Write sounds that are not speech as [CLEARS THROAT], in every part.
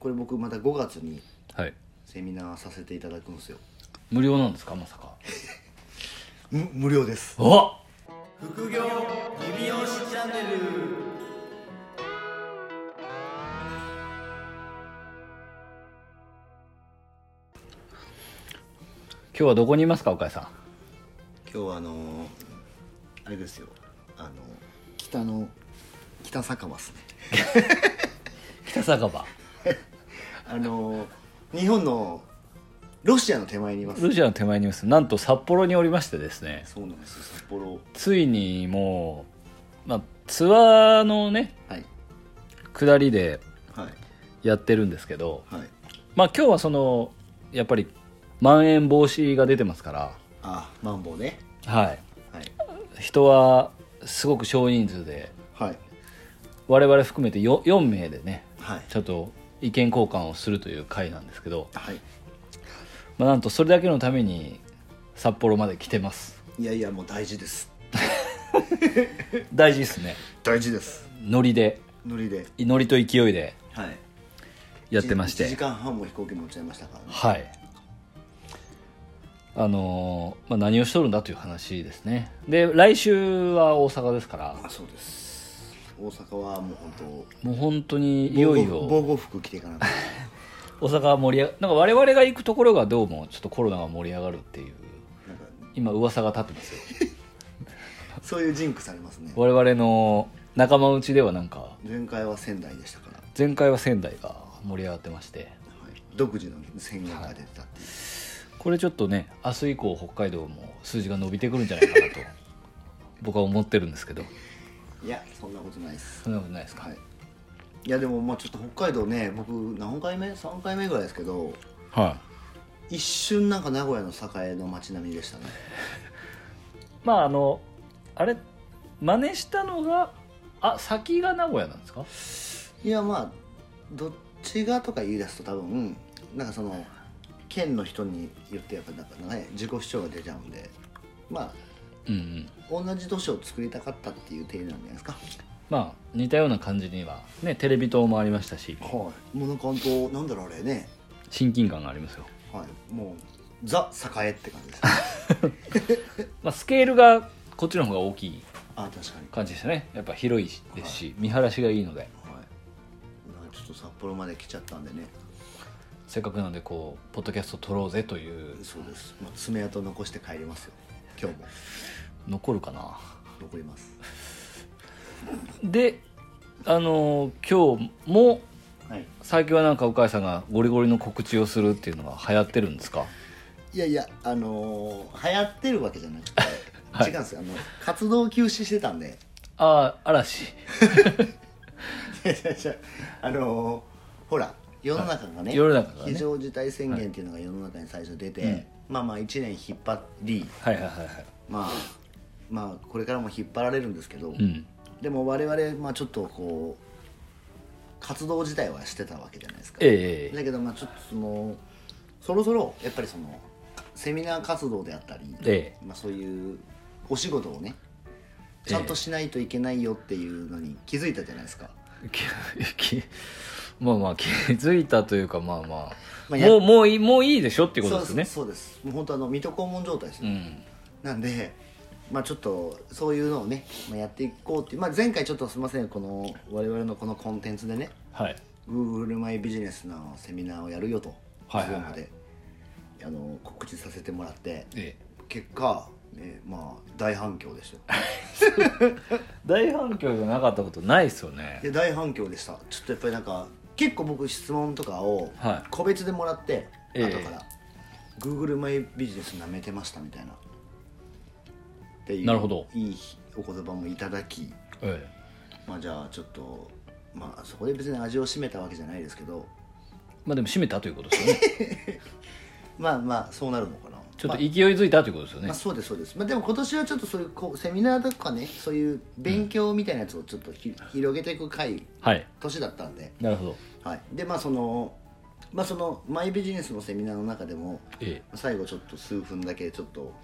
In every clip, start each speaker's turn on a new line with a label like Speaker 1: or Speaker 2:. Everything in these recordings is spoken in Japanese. Speaker 1: これ僕また5月に
Speaker 2: はい
Speaker 1: セミナーさせていただくんですよ
Speaker 2: 無料なんですかまさか
Speaker 1: む無料です
Speaker 2: お
Speaker 1: 副業リビオシチャンネル
Speaker 2: 今日はどこにいますか岡井さん
Speaker 1: 今日はあのーあれですよあの北の北酒場ですね
Speaker 2: 北酒場
Speaker 1: あのー日本のロシアの手前にいます
Speaker 2: ロシアの手前にいますなんと札幌におりましてですね
Speaker 1: そうなんですよ札幌
Speaker 2: ついにもう、まあ、ツアーのね
Speaker 1: はい
Speaker 2: 下りで
Speaker 1: はい
Speaker 2: やってるんですけど
Speaker 1: はい
Speaker 2: まあ今日はそのやっぱりまん延防止が出てますから
Speaker 1: あマンボウね
Speaker 2: はい
Speaker 1: はい
Speaker 2: 人はすごく少人数で
Speaker 1: はい
Speaker 2: 我々含めて 4, 4名でね
Speaker 1: はい
Speaker 2: ちょっと意見交換をするという会なんですけど、
Speaker 1: はい
Speaker 2: まあ、なんとそれだけのために札幌まで来てます
Speaker 1: いやいやもう大事です
Speaker 2: 大事ですね
Speaker 1: 大事です
Speaker 2: ノリで
Speaker 1: ノリで
Speaker 2: ノリと勢いで
Speaker 1: はい
Speaker 2: やってまし
Speaker 1: 1時
Speaker 2: て
Speaker 1: 間半も飛行機乗っちゃいましたからね
Speaker 2: はいあのーまあ、何をしとるんだという話ですねで来週は大阪ですから
Speaker 1: あそうです大阪はもう本
Speaker 2: もう本当に
Speaker 1: 当
Speaker 2: いよい
Speaker 1: 防護
Speaker 2: よ
Speaker 1: 防護服着ていかなきゃ
Speaker 2: 大阪は盛り上がなんか我々が行くところがどうもちょっとコロナが盛り上がるっていう
Speaker 1: なんか
Speaker 2: [LAUGHS] 今噂が立ってますよ
Speaker 1: そういうジンクされますね
Speaker 2: 我々の仲間内ではなんか
Speaker 1: 前回は仙台でしたから、
Speaker 2: 前回は仙台が盛り上がってまして
Speaker 1: はい、独自の宣言が出てたっていう、
Speaker 2: これちょっとね明日以降北海道も数字が伸びてくるんじゃないかなと [LAUGHS] 僕は思ってるんですけど
Speaker 1: い、やそんなことないです
Speaker 2: そんなことないですか、
Speaker 1: はいいやでもまあちょっと北海道ね僕何回目3回目ぐらいですけど
Speaker 2: は
Speaker 1: 一瞬なんか名古屋の栄の街並みでしたね
Speaker 2: い、まああのあれ真似したのがあ先が名古屋なんですか
Speaker 1: いやまあどっちがとか言い出すと多分なんかその県の人によってやっぱなんかね自己主張が出ちゃうんでまあ
Speaker 2: うんうん
Speaker 1: 同じ都市を作りたかったっていう定義なんじゃないですか
Speaker 2: まあ似たような感じにはねテレビ塔もありましたし
Speaker 1: はいもうなんか本当なんだろうあれね
Speaker 2: 親近感がありますよ、
Speaker 1: はいもうザ栄って感じです
Speaker 2: まあ、スケールがこっちの方が大きい
Speaker 1: [LAUGHS] あ確かに
Speaker 2: 感じでしたねやっぱ広いしですし見晴らしがいいので
Speaker 1: はいなんかちょっと札幌まで来ちゃったんでね
Speaker 2: せっかくなんでこうポッドキャスト撮ろうぜという
Speaker 1: そうです、まあ、爪痕残して帰りますよ今日も
Speaker 2: 残るかな
Speaker 1: 残ります
Speaker 2: であのー今日も
Speaker 1: はい
Speaker 2: 最近はなんか鵜飼さんがゴリゴリの告知をするっていうのが流行ってるんですか
Speaker 1: いやいやあのー流行ってるわけじゃなく [LAUGHS] て、
Speaker 2: はい
Speaker 1: 違うんですよあの活動休止してたんで
Speaker 2: ああ嵐
Speaker 1: いやいやいや [LAUGHS] あのーほら世の中がね,、
Speaker 2: 世の中がね
Speaker 1: 非常事態宣言っていうのが世の中に最初出て、
Speaker 2: うん
Speaker 1: まあまあ1年引っ張り
Speaker 2: はいはいはいはい
Speaker 1: まあまあこれからも引っ張られるんですけど、
Speaker 2: うん
Speaker 1: でも我々、まあ、ちょっとこう活動自体はしてたわけじゃないですか、
Speaker 2: ええ
Speaker 1: だけどまあちょっとそのそろそろやっぱりそのセミナー活動であったり、
Speaker 2: え
Speaker 1: まあ、そういうお仕事をねちゃんとしないといけないよっていうのに気づいたじゃないですか、
Speaker 2: きき [LAUGHS] まあまあ気づいたというかまあま
Speaker 1: ま
Speaker 2: あ
Speaker 1: あや
Speaker 2: もうもういいもういいでしょっていうこ
Speaker 1: そ
Speaker 2: と
Speaker 1: う
Speaker 2: ですね
Speaker 1: そうそうですもう本当あの水戸黄門状態です
Speaker 2: う
Speaker 1: よ、
Speaker 2: ん
Speaker 1: なんでまあちょっとそういうのをね、まあ、やっていこうっていう、まあ、前回ちょっとすみませんこの我々のこのコンテンツでね
Speaker 2: はい
Speaker 1: Google マイビジネスのセミナーをやるよと
Speaker 2: はいいうはい
Speaker 1: のであの告知させてもらって
Speaker 2: ええ
Speaker 1: 結果、ね、まあ大反響でしたよ
Speaker 2: 大反響じゃなかったことないですよね
Speaker 1: いや大反響でしたちょっとやっぱりなんか結構僕質問とかを
Speaker 2: はい
Speaker 1: 個別でもらって、
Speaker 2: ええ
Speaker 1: 後から「Google マイビジネスなめてました」みたいなっていう
Speaker 2: なるほど
Speaker 1: いいお言葉もいただき
Speaker 2: ええ
Speaker 1: まあじゃあちょっとまあそこで別に味を占めたわけじゃないですけど
Speaker 2: まあでも閉めたということですよ
Speaker 1: [LAUGHS]
Speaker 2: ね
Speaker 1: まあまあそうなるのかな
Speaker 2: ちょっ
Speaker 1: ま
Speaker 2: と
Speaker 1: あ
Speaker 2: 勢いづいたということですよね
Speaker 1: まあ、そうですそうです、まあ、でも今年はちょっとそういうこうセミナーとかねそういう勉強みたいなやつをちょっとひ、広げていく回
Speaker 2: はい
Speaker 1: 年だったんで、
Speaker 2: なるほど
Speaker 1: はい、でまあそのまあそのマイビジネスのセミナーの中でも
Speaker 2: ええ
Speaker 1: 最後ちょっと数分だけちょっと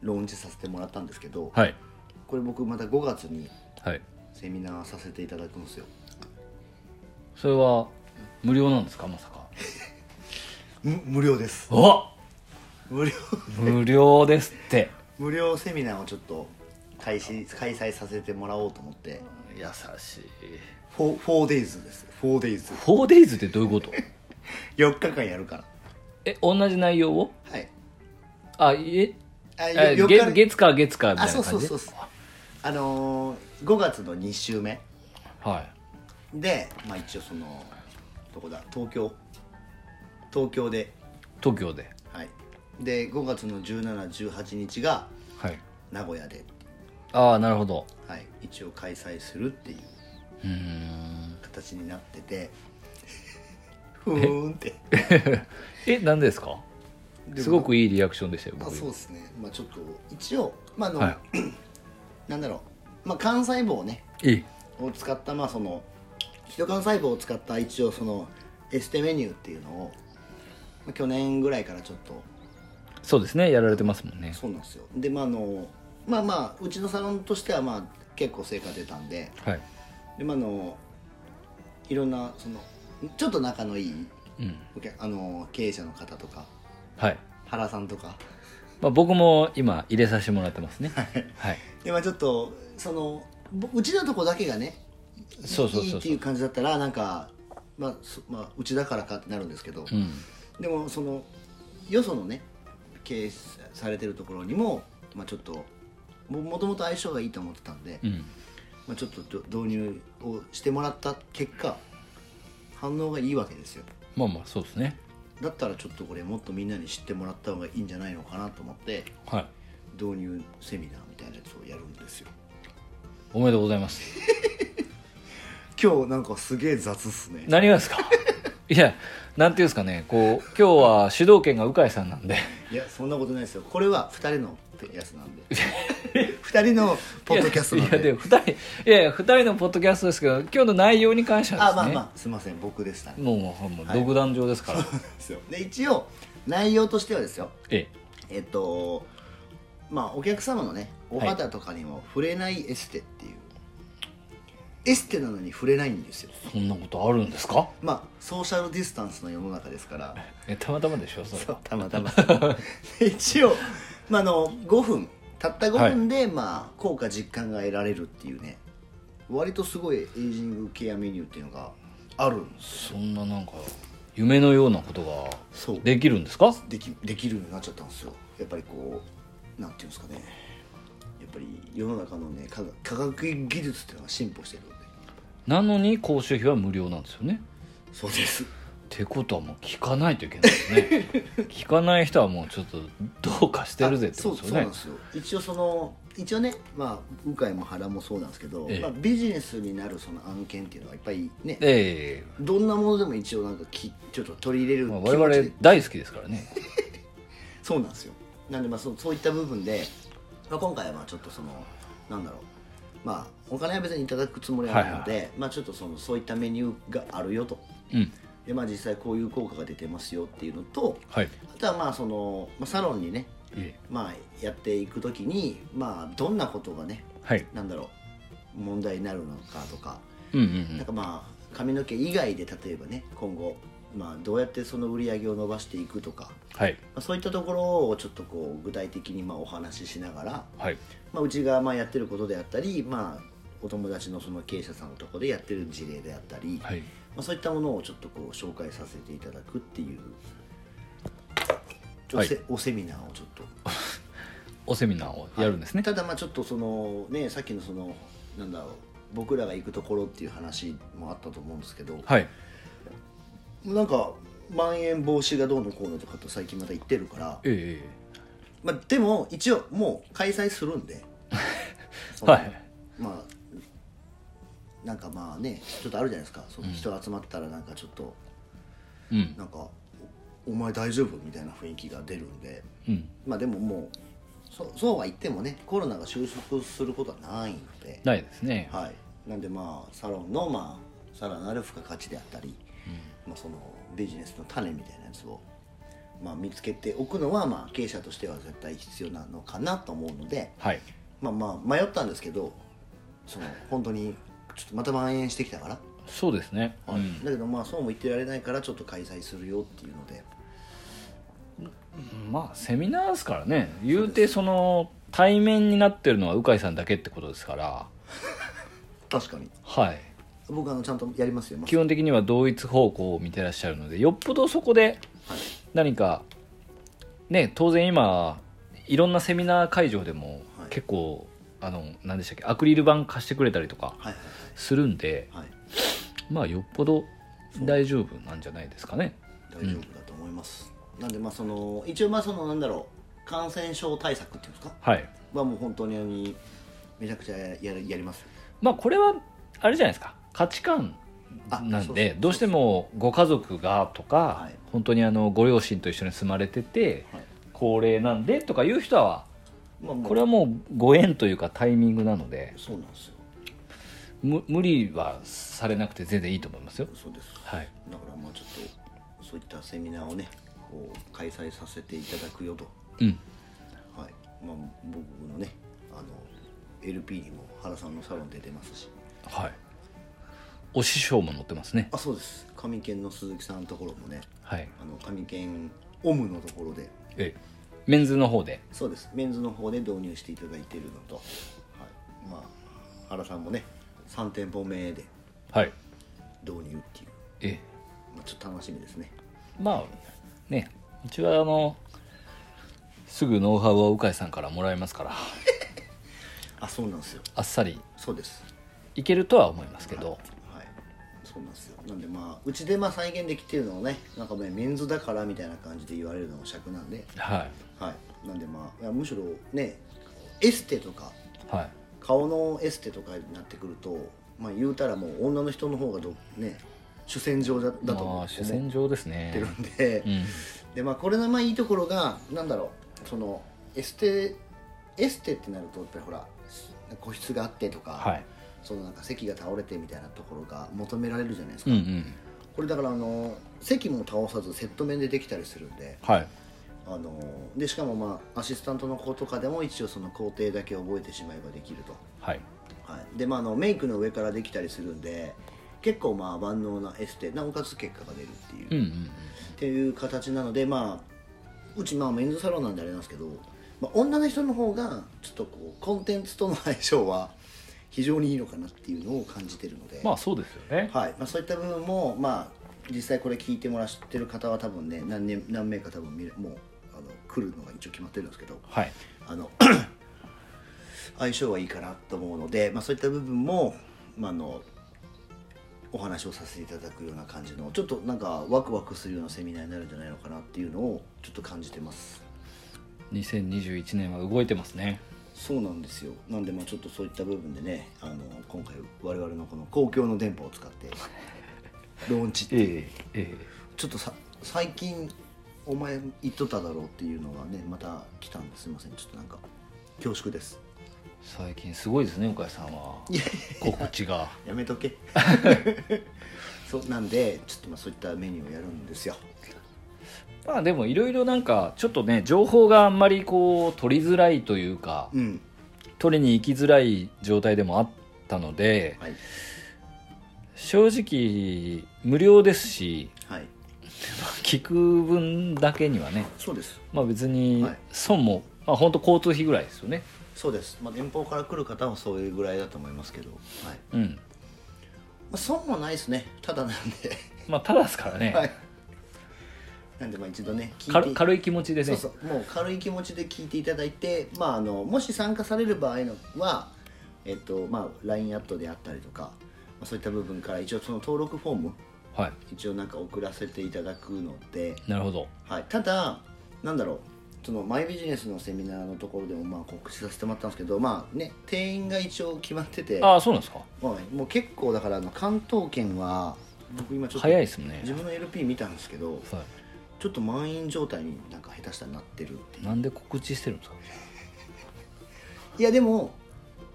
Speaker 1: 論じさせてもらったんですけど、
Speaker 2: はい
Speaker 1: これ僕また5月に
Speaker 2: はい
Speaker 1: セミナーさせていただくんですよ
Speaker 2: それは無料なんですかまさか
Speaker 1: む無料です
Speaker 2: [LAUGHS] お
Speaker 1: 無料 [LAUGHS]
Speaker 2: 無料ですって
Speaker 1: 無料セミナーをちょっと開始開催させてもらおうと思って
Speaker 2: 優しい
Speaker 1: 4days です 4days4
Speaker 2: 4days ってどういうこと
Speaker 1: 日間やるから
Speaker 2: [LAUGHS] え同じ内容を
Speaker 1: はい
Speaker 2: あえ
Speaker 1: あ
Speaker 2: え
Speaker 1: よ
Speaker 2: 月
Speaker 1: 4日
Speaker 2: 月か月かみた
Speaker 1: あ
Speaker 2: いな感じ
Speaker 1: そうそうそうそうあのー、5月の2週目
Speaker 2: はい
Speaker 1: でまあ一応そのどこだ東京東京で
Speaker 2: 東京で
Speaker 1: はいで5月の1718日が
Speaker 2: はい
Speaker 1: 名古屋で、
Speaker 2: ああなるほど
Speaker 1: はい、一応開催するっていう
Speaker 2: うーん
Speaker 1: 形になってて [LAUGHS] ふーんって
Speaker 2: え何ですかすごくいいリアクションでしたよ
Speaker 1: あ
Speaker 2: 僕
Speaker 1: そう
Speaker 2: 今
Speaker 1: ですねまあちょっと一応まああの、
Speaker 2: は
Speaker 1: [CLEARS THROAT] なんだろう、まあ、幹細胞ね
Speaker 2: いい
Speaker 1: を使ったまあそのヒト幹細胞を使った一応そのエステメニューっていうのを、まあ、去年ぐらいからちょっと
Speaker 2: そうですねやられてますもんね
Speaker 1: そうなんですよでまああのまあまあうちのサロンとしてはまあ結構成果出たんで
Speaker 2: はい
Speaker 1: でまああのいろんなそのちょっと仲のいい
Speaker 2: うん
Speaker 1: お客あの経営者の方とか
Speaker 2: はい、
Speaker 1: 原さんとか
Speaker 2: まあ、僕も今入れさせてもらってますねはい
Speaker 1: でまあちょっとそのぼうちのとこだけがね
Speaker 2: そうそうそうそう
Speaker 1: いいっていう感じだったらなんか、まあそまあ、うちだからかってなるんですけど、
Speaker 2: うん
Speaker 1: でもそのよそのね経営されてるところにも、まあ、ちょっとももともと相性がいいと思ってたんで、
Speaker 2: うん
Speaker 1: まあ、ちょっとど導入をしてもらった結果反応がいいわけですよ
Speaker 2: まあまあそうですね
Speaker 1: だったらちょっとこれもっとみんなに知ってもらった方がいいんじゃないのかなと思って
Speaker 2: はい
Speaker 1: 導入セミナーみたいなやつをやるんですよ
Speaker 2: おめでとうございます
Speaker 1: 今日なんかすげえ雑っすね
Speaker 2: 何がで
Speaker 1: [LAUGHS]
Speaker 2: すかいやなんていうんですかねこう今日は主導権が鵜飼さんなんで
Speaker 1: いやそんなことないですよこれは2人のやつ
Speaker 2: [LAUGHS]
Speaker 1: なんで2人のポッドキャストなんで
Speaker 2: いやいやでも二人いやいや二人のポッドキャストですけど今日の内容に関してはで
Speaker 1: あ
Speaker 2: すね
Speaker 1: まあまあすいません僕でしたね
Speaker 2: もうもうもう独壇場ですから、
Speaker 1: で一応内容としてはですよ
Speaker 2: え
Speaker 1: えっとまあお客様のねお肌とかにも触れないエステっていう、エステなのに触れないんですよ
Speaker 2: えそんなことあるんですか
Speaker 1: まあソーシャルディスタンスの世の中ですから
Speaker 2: えたまたまでしょそれは
Speaker 1: たまたま一応、まあ、あの5分たった5分で、まあ、効果実感が得られるっていうね割とすごいエイジングケアメニューっていうのがあるんです
Speaker 2: そんななんか夢のようなことが
Speaker 1: そう
Speaker 2: できるんですか
Speaker 1: できできるようになっちゃったんですよやっぱりこうなんていうんですかねやっぱり世の中のね科学科学技術っていうのが進歩してるんで
Speaker 2: なのに講習費は無料なんですよね
Speaker 1: そうです
Speaker 2: ってことはもう聞かないといけないです
Speaker 1: [LAUGHS]
Speaker 2: ね聞かない人はもうちょっとどうかしてるぜってこと
Speaker 1: あ
Speaker 2: で
Speaker 1: そう
Speaker 2: す
Speaker 1: そう
Speaker 2: よ
Speaker 1: なん
Speaker 2: ね
Speaker 1: ですよ一応その一応ねまあ鵜飼も原もそうなんですけど、
Speaker 2: ええ
Speaker 1: まあ、ビジネスになるその案件っていうのはいっぱいね
Speaker 2: え
Speaker 1: どんなものでも一応なんかきちょっと取り入れ
Speaker 2: え
Speaker 1: る気
Speaker 2: まあ、
Speaker 1: 持ちで、
Speaker 2: 我々大好きですからね
Speaker 1: そうなんですよなんでまあそうそういった部分で、まあ、今回はまあちょっとそのなんだろうまあお金は別にいただくつもりはないので、
Speaker 2: は
Speaker 1: まあちょっとそのそういったメニューがあるよと
Speaker 2: うん
Speaker 1: でまあ実際こういう効果が出てますよっていうのと
Speaker 2: はい
Speaker 1: あとはまあそのまあサロンにね
Speaker 2: ええ
Speaker 1: まあやっていくときにまあどんなことがね
Speaker 2: はい
Speaker 1: なんだろう問題になるのかとか
Speaker 2: うんうん
Speaker 1: なんかまあ髪の毛以外で例えばね今後、まあ、どうやってその売り上げを伸ばしていくとか、
Speaker 2: はい
Speaker 1: まあ、そういったところをちょっとこう具体的にまあお話ししながら、
Speaker 2: はい
Speaker 1: まあ、うちがまあやってることであったり、まあ、お友達のその経営者さんのところでやってる事例であったり、
Speaker 2: はい
Speaker 1: まあ、そういったものをちょっとこう紹介させていただくっていうお,、
Speaker 2: はい
Speaker 1: おセミナーをちょっと
Speaker 2: おセミナーをやるんですね、
Speaker 1: ただまあちょっとそのねさっきのそのなんだろう僕らが行くところっていう話もあったと思うんですけど、
Speaker 2: はい
Speaker 1: なんかまん延防止がどうのこうのとかと最近また言ってるから、
Speaker 2: ええ
Speaker 1: まあ、でも一応もう開催するん
Speaker 2: [LAUGHS]
Speaker 1: でその
Speaker 2: はい
Speaker 1: まあなんかまあねちょっとあるじゃないですかその人集まったらなんかちょっと、
Speaker 2: うん
Speaker 1: なんか「おお前大丈夫?」みたいな雰囲気が出るんで
Speaker 2: うん
Speaker 1: まあでももうそそうは言ってもねコロナが収束することはないので、
Speaker 2: ないですね
Speaker 1: はい、なんでまあサロンのまあさらなる付加価値であったり、まあ、そのビジネスの種みたいなやつを、まあ、見つけておくのはまあ経営者としては絶対必要なのかなと思うので、
Speaker 2: はい
Speaker 1: まあ、まあ迷ったんですけどその本当にちょっとまた蔓延してきたから
Speaker 2: そうですね、
Speaker 1: はい
Speaker 2: うん
Speaker 1: だけどまあそうも言ってられないからちょっと開催するよっていうので
Speaker 2: まあセミナーですからね言うてその対面になってるのは鵜飼さんだけってことですから
Speaker 1: 確かに
Speaker 2: はい
Speaker 1: 僕あのちゃんとやりますよ、まあ
Speaker 2: 基本的には同一方向を見てらっしゃるのでよっぽどそこで
Speaker 1: はい
Speaker 2: 何かね当然今いろんなセミナー会場でも
Speaker 1: はい
Speaker 2: 結構、あの何でしたっけアクリル板貸してくれたりとか
Speaker 1: はい
Speaker 2: するんで
Speaker 1: はいはい
Speaker 2: まあよっぽど大丈夫なんじゃないですかね
Speaker 1: 大丈夫だと思います、なんでまあその一応まあそのなんだろう感染症対策っていうんですか
Speaker 2: はい
Speaker 1: はもう本当にあのめちゃくちゃややりますよ
Speaker 2: まあこれはあれじゃないですか価値観
Speaker 1: あ
Speaker 2: なん
Speaker 1: そうそう
Speaker 2: で
Speaker 1: そう
Speaker 2: どうしてもご家族がとか
Speaker 1: はい
Speaker 2: 本当にあのご両親と一緒に住まれてて
Speaker 1: はい
Speaker 2: 高齢なんでとかいう人は
Speaker 1: まあまあ
Speaker 2: これはもうご縁というかタイミングなので
Speaker 1: そうなんですよ
Speaker 2: む無理はされなくて全然いいと思いますよ
Speaker 1: そうですだか
Speaker 2: はい
Speaker 1: らまあちょっとそういったセミナーをねこう開催させていただくよと
Speaker 2: うん
Speaker 1: はいまあ僕のねあの LP にも原さんのサロンで出ますし
Speaker 2: はいお師匠も載ってますね
Speaker 1: あそうです上県の鈴木さんのところもね
Speaker 2: はい
Speaker 1: あの上県オムのところで
Speaker 2: えメンズの方で
Speaker 1: そうですメンズの方で導入していただいているのと、はい、まあ原さんもね3店舗目で
Speaker 2: はい
Speaker 1: 導入っていう、
Speaker 2: え
Speaker 1: まあ、ちょっと楽しみですね
Speaker 2: まあねうちはあのすぐノウハウは鵜飼さんからもらえますから
Speaker 1: あそうなんですよ
Speaker 2: あっさり
Speaker 1: そうです
Speaker 2: いけるとは思いますけど
Speaker 1: はいそうなんですよなんでまあうちでまあ再現できてるのをねなんかねメンズだからみたいな感じで言われるのも尺なんで
Speaker 2: は
Speaker 1: はいなんでまあいやむしろねエステとか
Speaker 2: いはい
Speaker 1: 顔のエステとかになってくるとまあ言うたらもう女の人の方がどね主戦場だだと
Speaker 2: ま
Speaker 1: 思
Speaker 2: あ
Speaker 1: っ
Speaker 2: 主戦場ですね
Speaker 1: てるんで、
Speaker 2: うん
Speaker 1: でまあこれのまあいいところがなんだろうそのエステエステってなるとやっぱりほら個室があってとか、
Speaker 2: はい
Speaker 1: そのなんか席が倒れてみたいなところが求められるじゃないです
Speaker 2: う
Speaker 1: か、
Speaker 2: んうん
Speaker 1: これだからあの席も倒さずセット面でできたりするんで
Speaker 2: はい
Speaker 1: あのでしかもまあアシスタントの子とかでも一応その工程だけ覚えてしまえばできると、
Speaker 2: はい
Speaker 1: はい、でまああのメイクの上からできたりするんで結構まあ万能なエステなおかつ結果が出るっていう
Speaker 2: うんうんうん
Speaker 1: っていう形なのでまあうちまあメンズサロンなんであれなんですけど、まあ、女の人の方がちょっとこうコンテンツとの相性は非常にいいのかなっていうのを感じてるので、
Speaker 2: まあそうですよね
Speaker 1: はいまあ、そういった部分もまあ実際これ聞いてもらってる方は多分ね何年何名か多分見れもうあの来るのが一応決まってるんですけど
Speaker 2: はい
Speaker 1: あの [COUGHS] 相性はいいかなと思うので、まあ、そういった部分も、まあ、あのお話をさせていただくような感じのちょっとなんかワクワクするようなセミナーになるんじゃないのかなっていうのをちょっと感じてます
Speaker 2: 2021年は動いてますね
Speaker 1: そうなんですよなんでまあちょっとそういった部分でねあの今回我々のこの公共の電波を使 [LAUGHS] ってローンチっていう
Speaker 2: えええ
Speaker 1: ちょっとさ最近お前言っとっただろうっていうのがねまた来たんですいませんちょっとなんか恐縮です
Speaker 2: え最近すごいですね岡井さんは告知が
Speaker 1: やめとけそうなんでちょっとまあそういったメニューをやるんですよ
Speaker 2: [LAUGHS] まあでもいろいろなんかちょっとね情報があんまりこう取りづらいというか
Speaker 1: うん
Speaker 2: 取りに行きづらい状態でもあったので
Speaker 1: はい
Speaker 2: 正直無料ですし
Speaker 1: はい
Speaker 2: まあ聞く分だけにはね
Speaker 1: そうです
Speaker 2: まあ別に
Speaker 1: はい
Speaker 2: 損も、まあ本当交通費ぐらいですよね
Speaker 1: そうですまあ遠方から来る方はそういうぐらいだと思いますけど、はい
Speaker 2: うん
Speaker 1: まあ、損もないですねただなんで
Speaker 2: まあただですからね、
Speaker 1: はいなんでまあ一度ね聞い
Speaker 2: か
Speaker 1: て
Speaker 2: る軽い気持ちでね
Speaker 1: そうそうもう軽い気持ちで聞いていただいて、まあ、あのもし参加される場合のは、えっとまあ、LINE アットであったりとか、まあ、そういった部分から一応その登録フォーム
Speaker 2: は
Speaker 1: 一応なんか送らせていただくので、
Speaker 2: いなるほど
Speaker 1: はい、ただなんだろうそのマイビジネスのセミナーのところでもまあ告知させてもらったんですけどまあね定員が一応決まってて
Speaker 2: ああそうなんですか
Speaker 1: まあもう結構だからあの関東圏は僕今ちょっと
Speaker 2: 早いですもんね
Speaker 1: 自分の LP 見たんですけど
Speaker 2: は
Speaker 1: ちょっと満員状態になんか下手したらなってるってい
Speaker 2: いうなんで告知してるんですか
Speaker 1: いやでも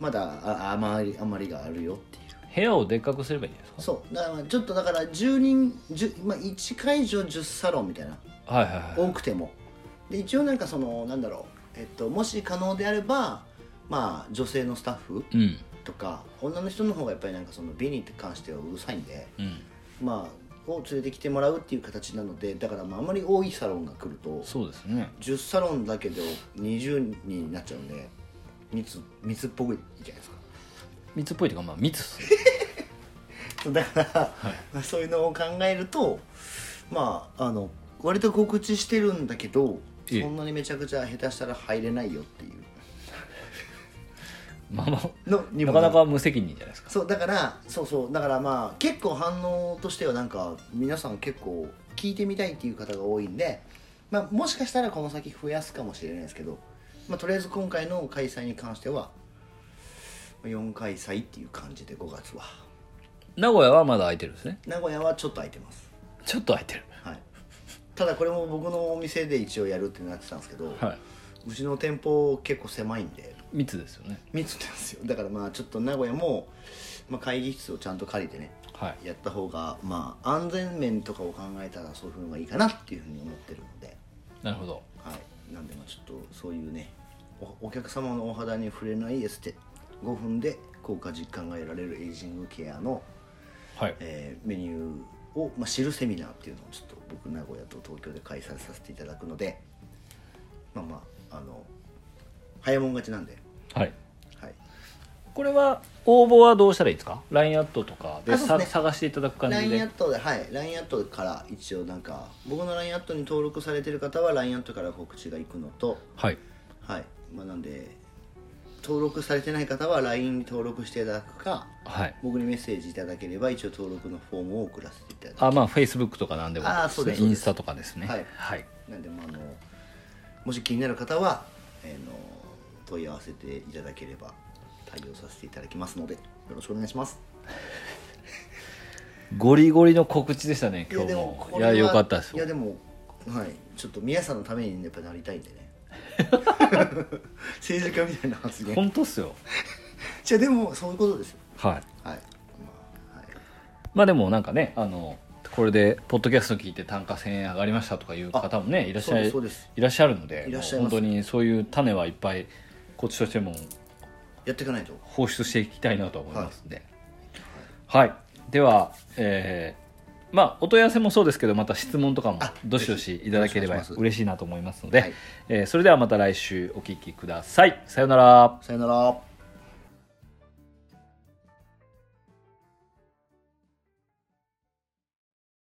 Speaker 1: まだああまり余りがあるよっていう
Speaker 2: 部屋をでっかくすればいいんじゃないです
Speaker 1: そうだからちょっとだから10人10、まあ、1会場10サロンみたいな
Speaker 2: かはいはいはい
Speaker 1: 多くてもで一応なんかそのなんだろう、えっと、もし可能であればまあ女性のスタッフ
Speaker 2: うん
Speaker 1: とか女の人の方がやっぱりなんかその美に関してはうるさいんで
Speaker 2: うん
Speaker 1: まあを連れてきてもらうっていう形なのでだからまああまり多いサロンが来ると
Speaker 2: そうですね
Speaker 1: 10サロンだけど20人になっちゃうんで密密っぽいじゃないですか [LAUGHS]
Speaker 2: 密っぽいというかまあ密っすね
Speaker 1: そうだから、そういうのを考えるとまああの割と告知してるんだけど
Speaker 2: ええ
Speaker 1: そんなにめちゃくちゃ下手したら入れないよっていう
Speaker 2: まあまあ
Speaker 1: のに
Speaker 2: な
Speaker 1: も
Speaker 2: か
Speaker 1: な
Speaker 2: なか無責任じゃないですか
Speaker 1: そうだからそうそうだからまあ結構反応としてはなんか皆さん結構聞いてみたいっていう方が多いんで、まあ、もしかしたらこの先増やすかもしれないですけど、まあ、とりあえず今回の開催に関しては4開催っていう感じで5月は
Speaker 2: 名古屋はまだ空いてるんですね
Speaker 1: 名古屋はちょっと空いてます
Speaker 2: ちょっと空いてる
Speaker 1: はい、ただこれも僕のお店で一応やるってなってたんですけど、
Speaker 2: はいう
Speaker 1: ちの店舗結構狭いんで
Speaker 2: 密ですよね
Speaker 1: 密なんですよだからまあちょっと名古屋も、まあ、会議室をちゃんと借りてね
Speaker 2: はい
Speaker 1: やった方がまあ安全面とかを考えたらそういうのがいいかなっていうふうに思ってるので、
Speaker 2: なるほど
Speaker 1: はい、なんでまあちょっとそういうねおお客様のお肌に触れないエステ5分で効果実感が得られるエイジングケアの
Speaker 2: はい
Speaker 1: えーメニューを、まあ、知るセミナーっていうのをちょっと僕名古屋と東京で開催させていただくのでまあまああの早いもん勝ちなんで、
Speaker 2: はい
Speaker 1: はい、
Speaker 2: これは応募はどうしたらいいですか LINE アットとかで
Speaker 1: あそう
Speaker 2: さ
Speaker 1: ですね
Speaker 2: 探していただく感じ
Speaker 1: LINE ア
Speaker 2: で
Speaker 1: ットではい LINE アットから一応なんか僕の LINE アットに登録されてる方は LINE アットから告知が行くのと
Speaker 2: はい
Speaker 1: はいまあなんで登録されてない方は LINE に登録していただくか
Speaker 2: はい
Speaker 1: 僕にメッセージいただければ一応登録のフォームを送らせていただく
Speaker 2: あまあ Facebook とかなんでも
Speaker 1: あーそうです
Speaker 2: インスタとかですね
Speaker 1: はい
Speaker 2: はい
Speaker 1: なんでまああのもし気になる方は、えーの問い合わせていただければ対応させていただきますのでよろしくお願いします
Speaker 2: ゴリゴリの告知でしたね今日もいや良かったです
Speaker 1: いや
Speaker 2: よ
Speaker 1: でもはいちょっと皆さんのためにやっぱなりたいんでね
Speaker 2: [LAUGHS]
Speaker 1: 政治家みたいな発言
Speaker 2: 本当っすよ
Speaker 1: じゃあでもそういうことですよ
Speaker 2: はい
Speaker 1: はい、まあはい、
Speaker 2: まあでもなんかねあのこれでポッドキャスト聞いて単価1000円上がりましたとかいう方もねいらっしゃい
Speaker 1: そうですそう
Speaker 2: いらっしゃるので
Speaker 1: いらっしゃい
Speaker 2: もう
Speaker 1: ます
Speaker 2: 本当にそういう種はいっぱいこっちとしても
Speaker 1: やっていかないと
Speaker 2: 放出していきたいなと思いますんではい、ではえーまあお問い合わせもそうですけどまた質問とかも
Speaker 1: あ
Speaker 2: どしどしいただけれ
Speaker 1: よ
Speaker 2: ば
Speaker 1: ろしくお願いします
Speaker 2: 嬉しいなと思いますので、
Speaker 1: はい
Speaker 2: えーそれではまた来週お聞きくださいさようなら
Speaker 1: さよなら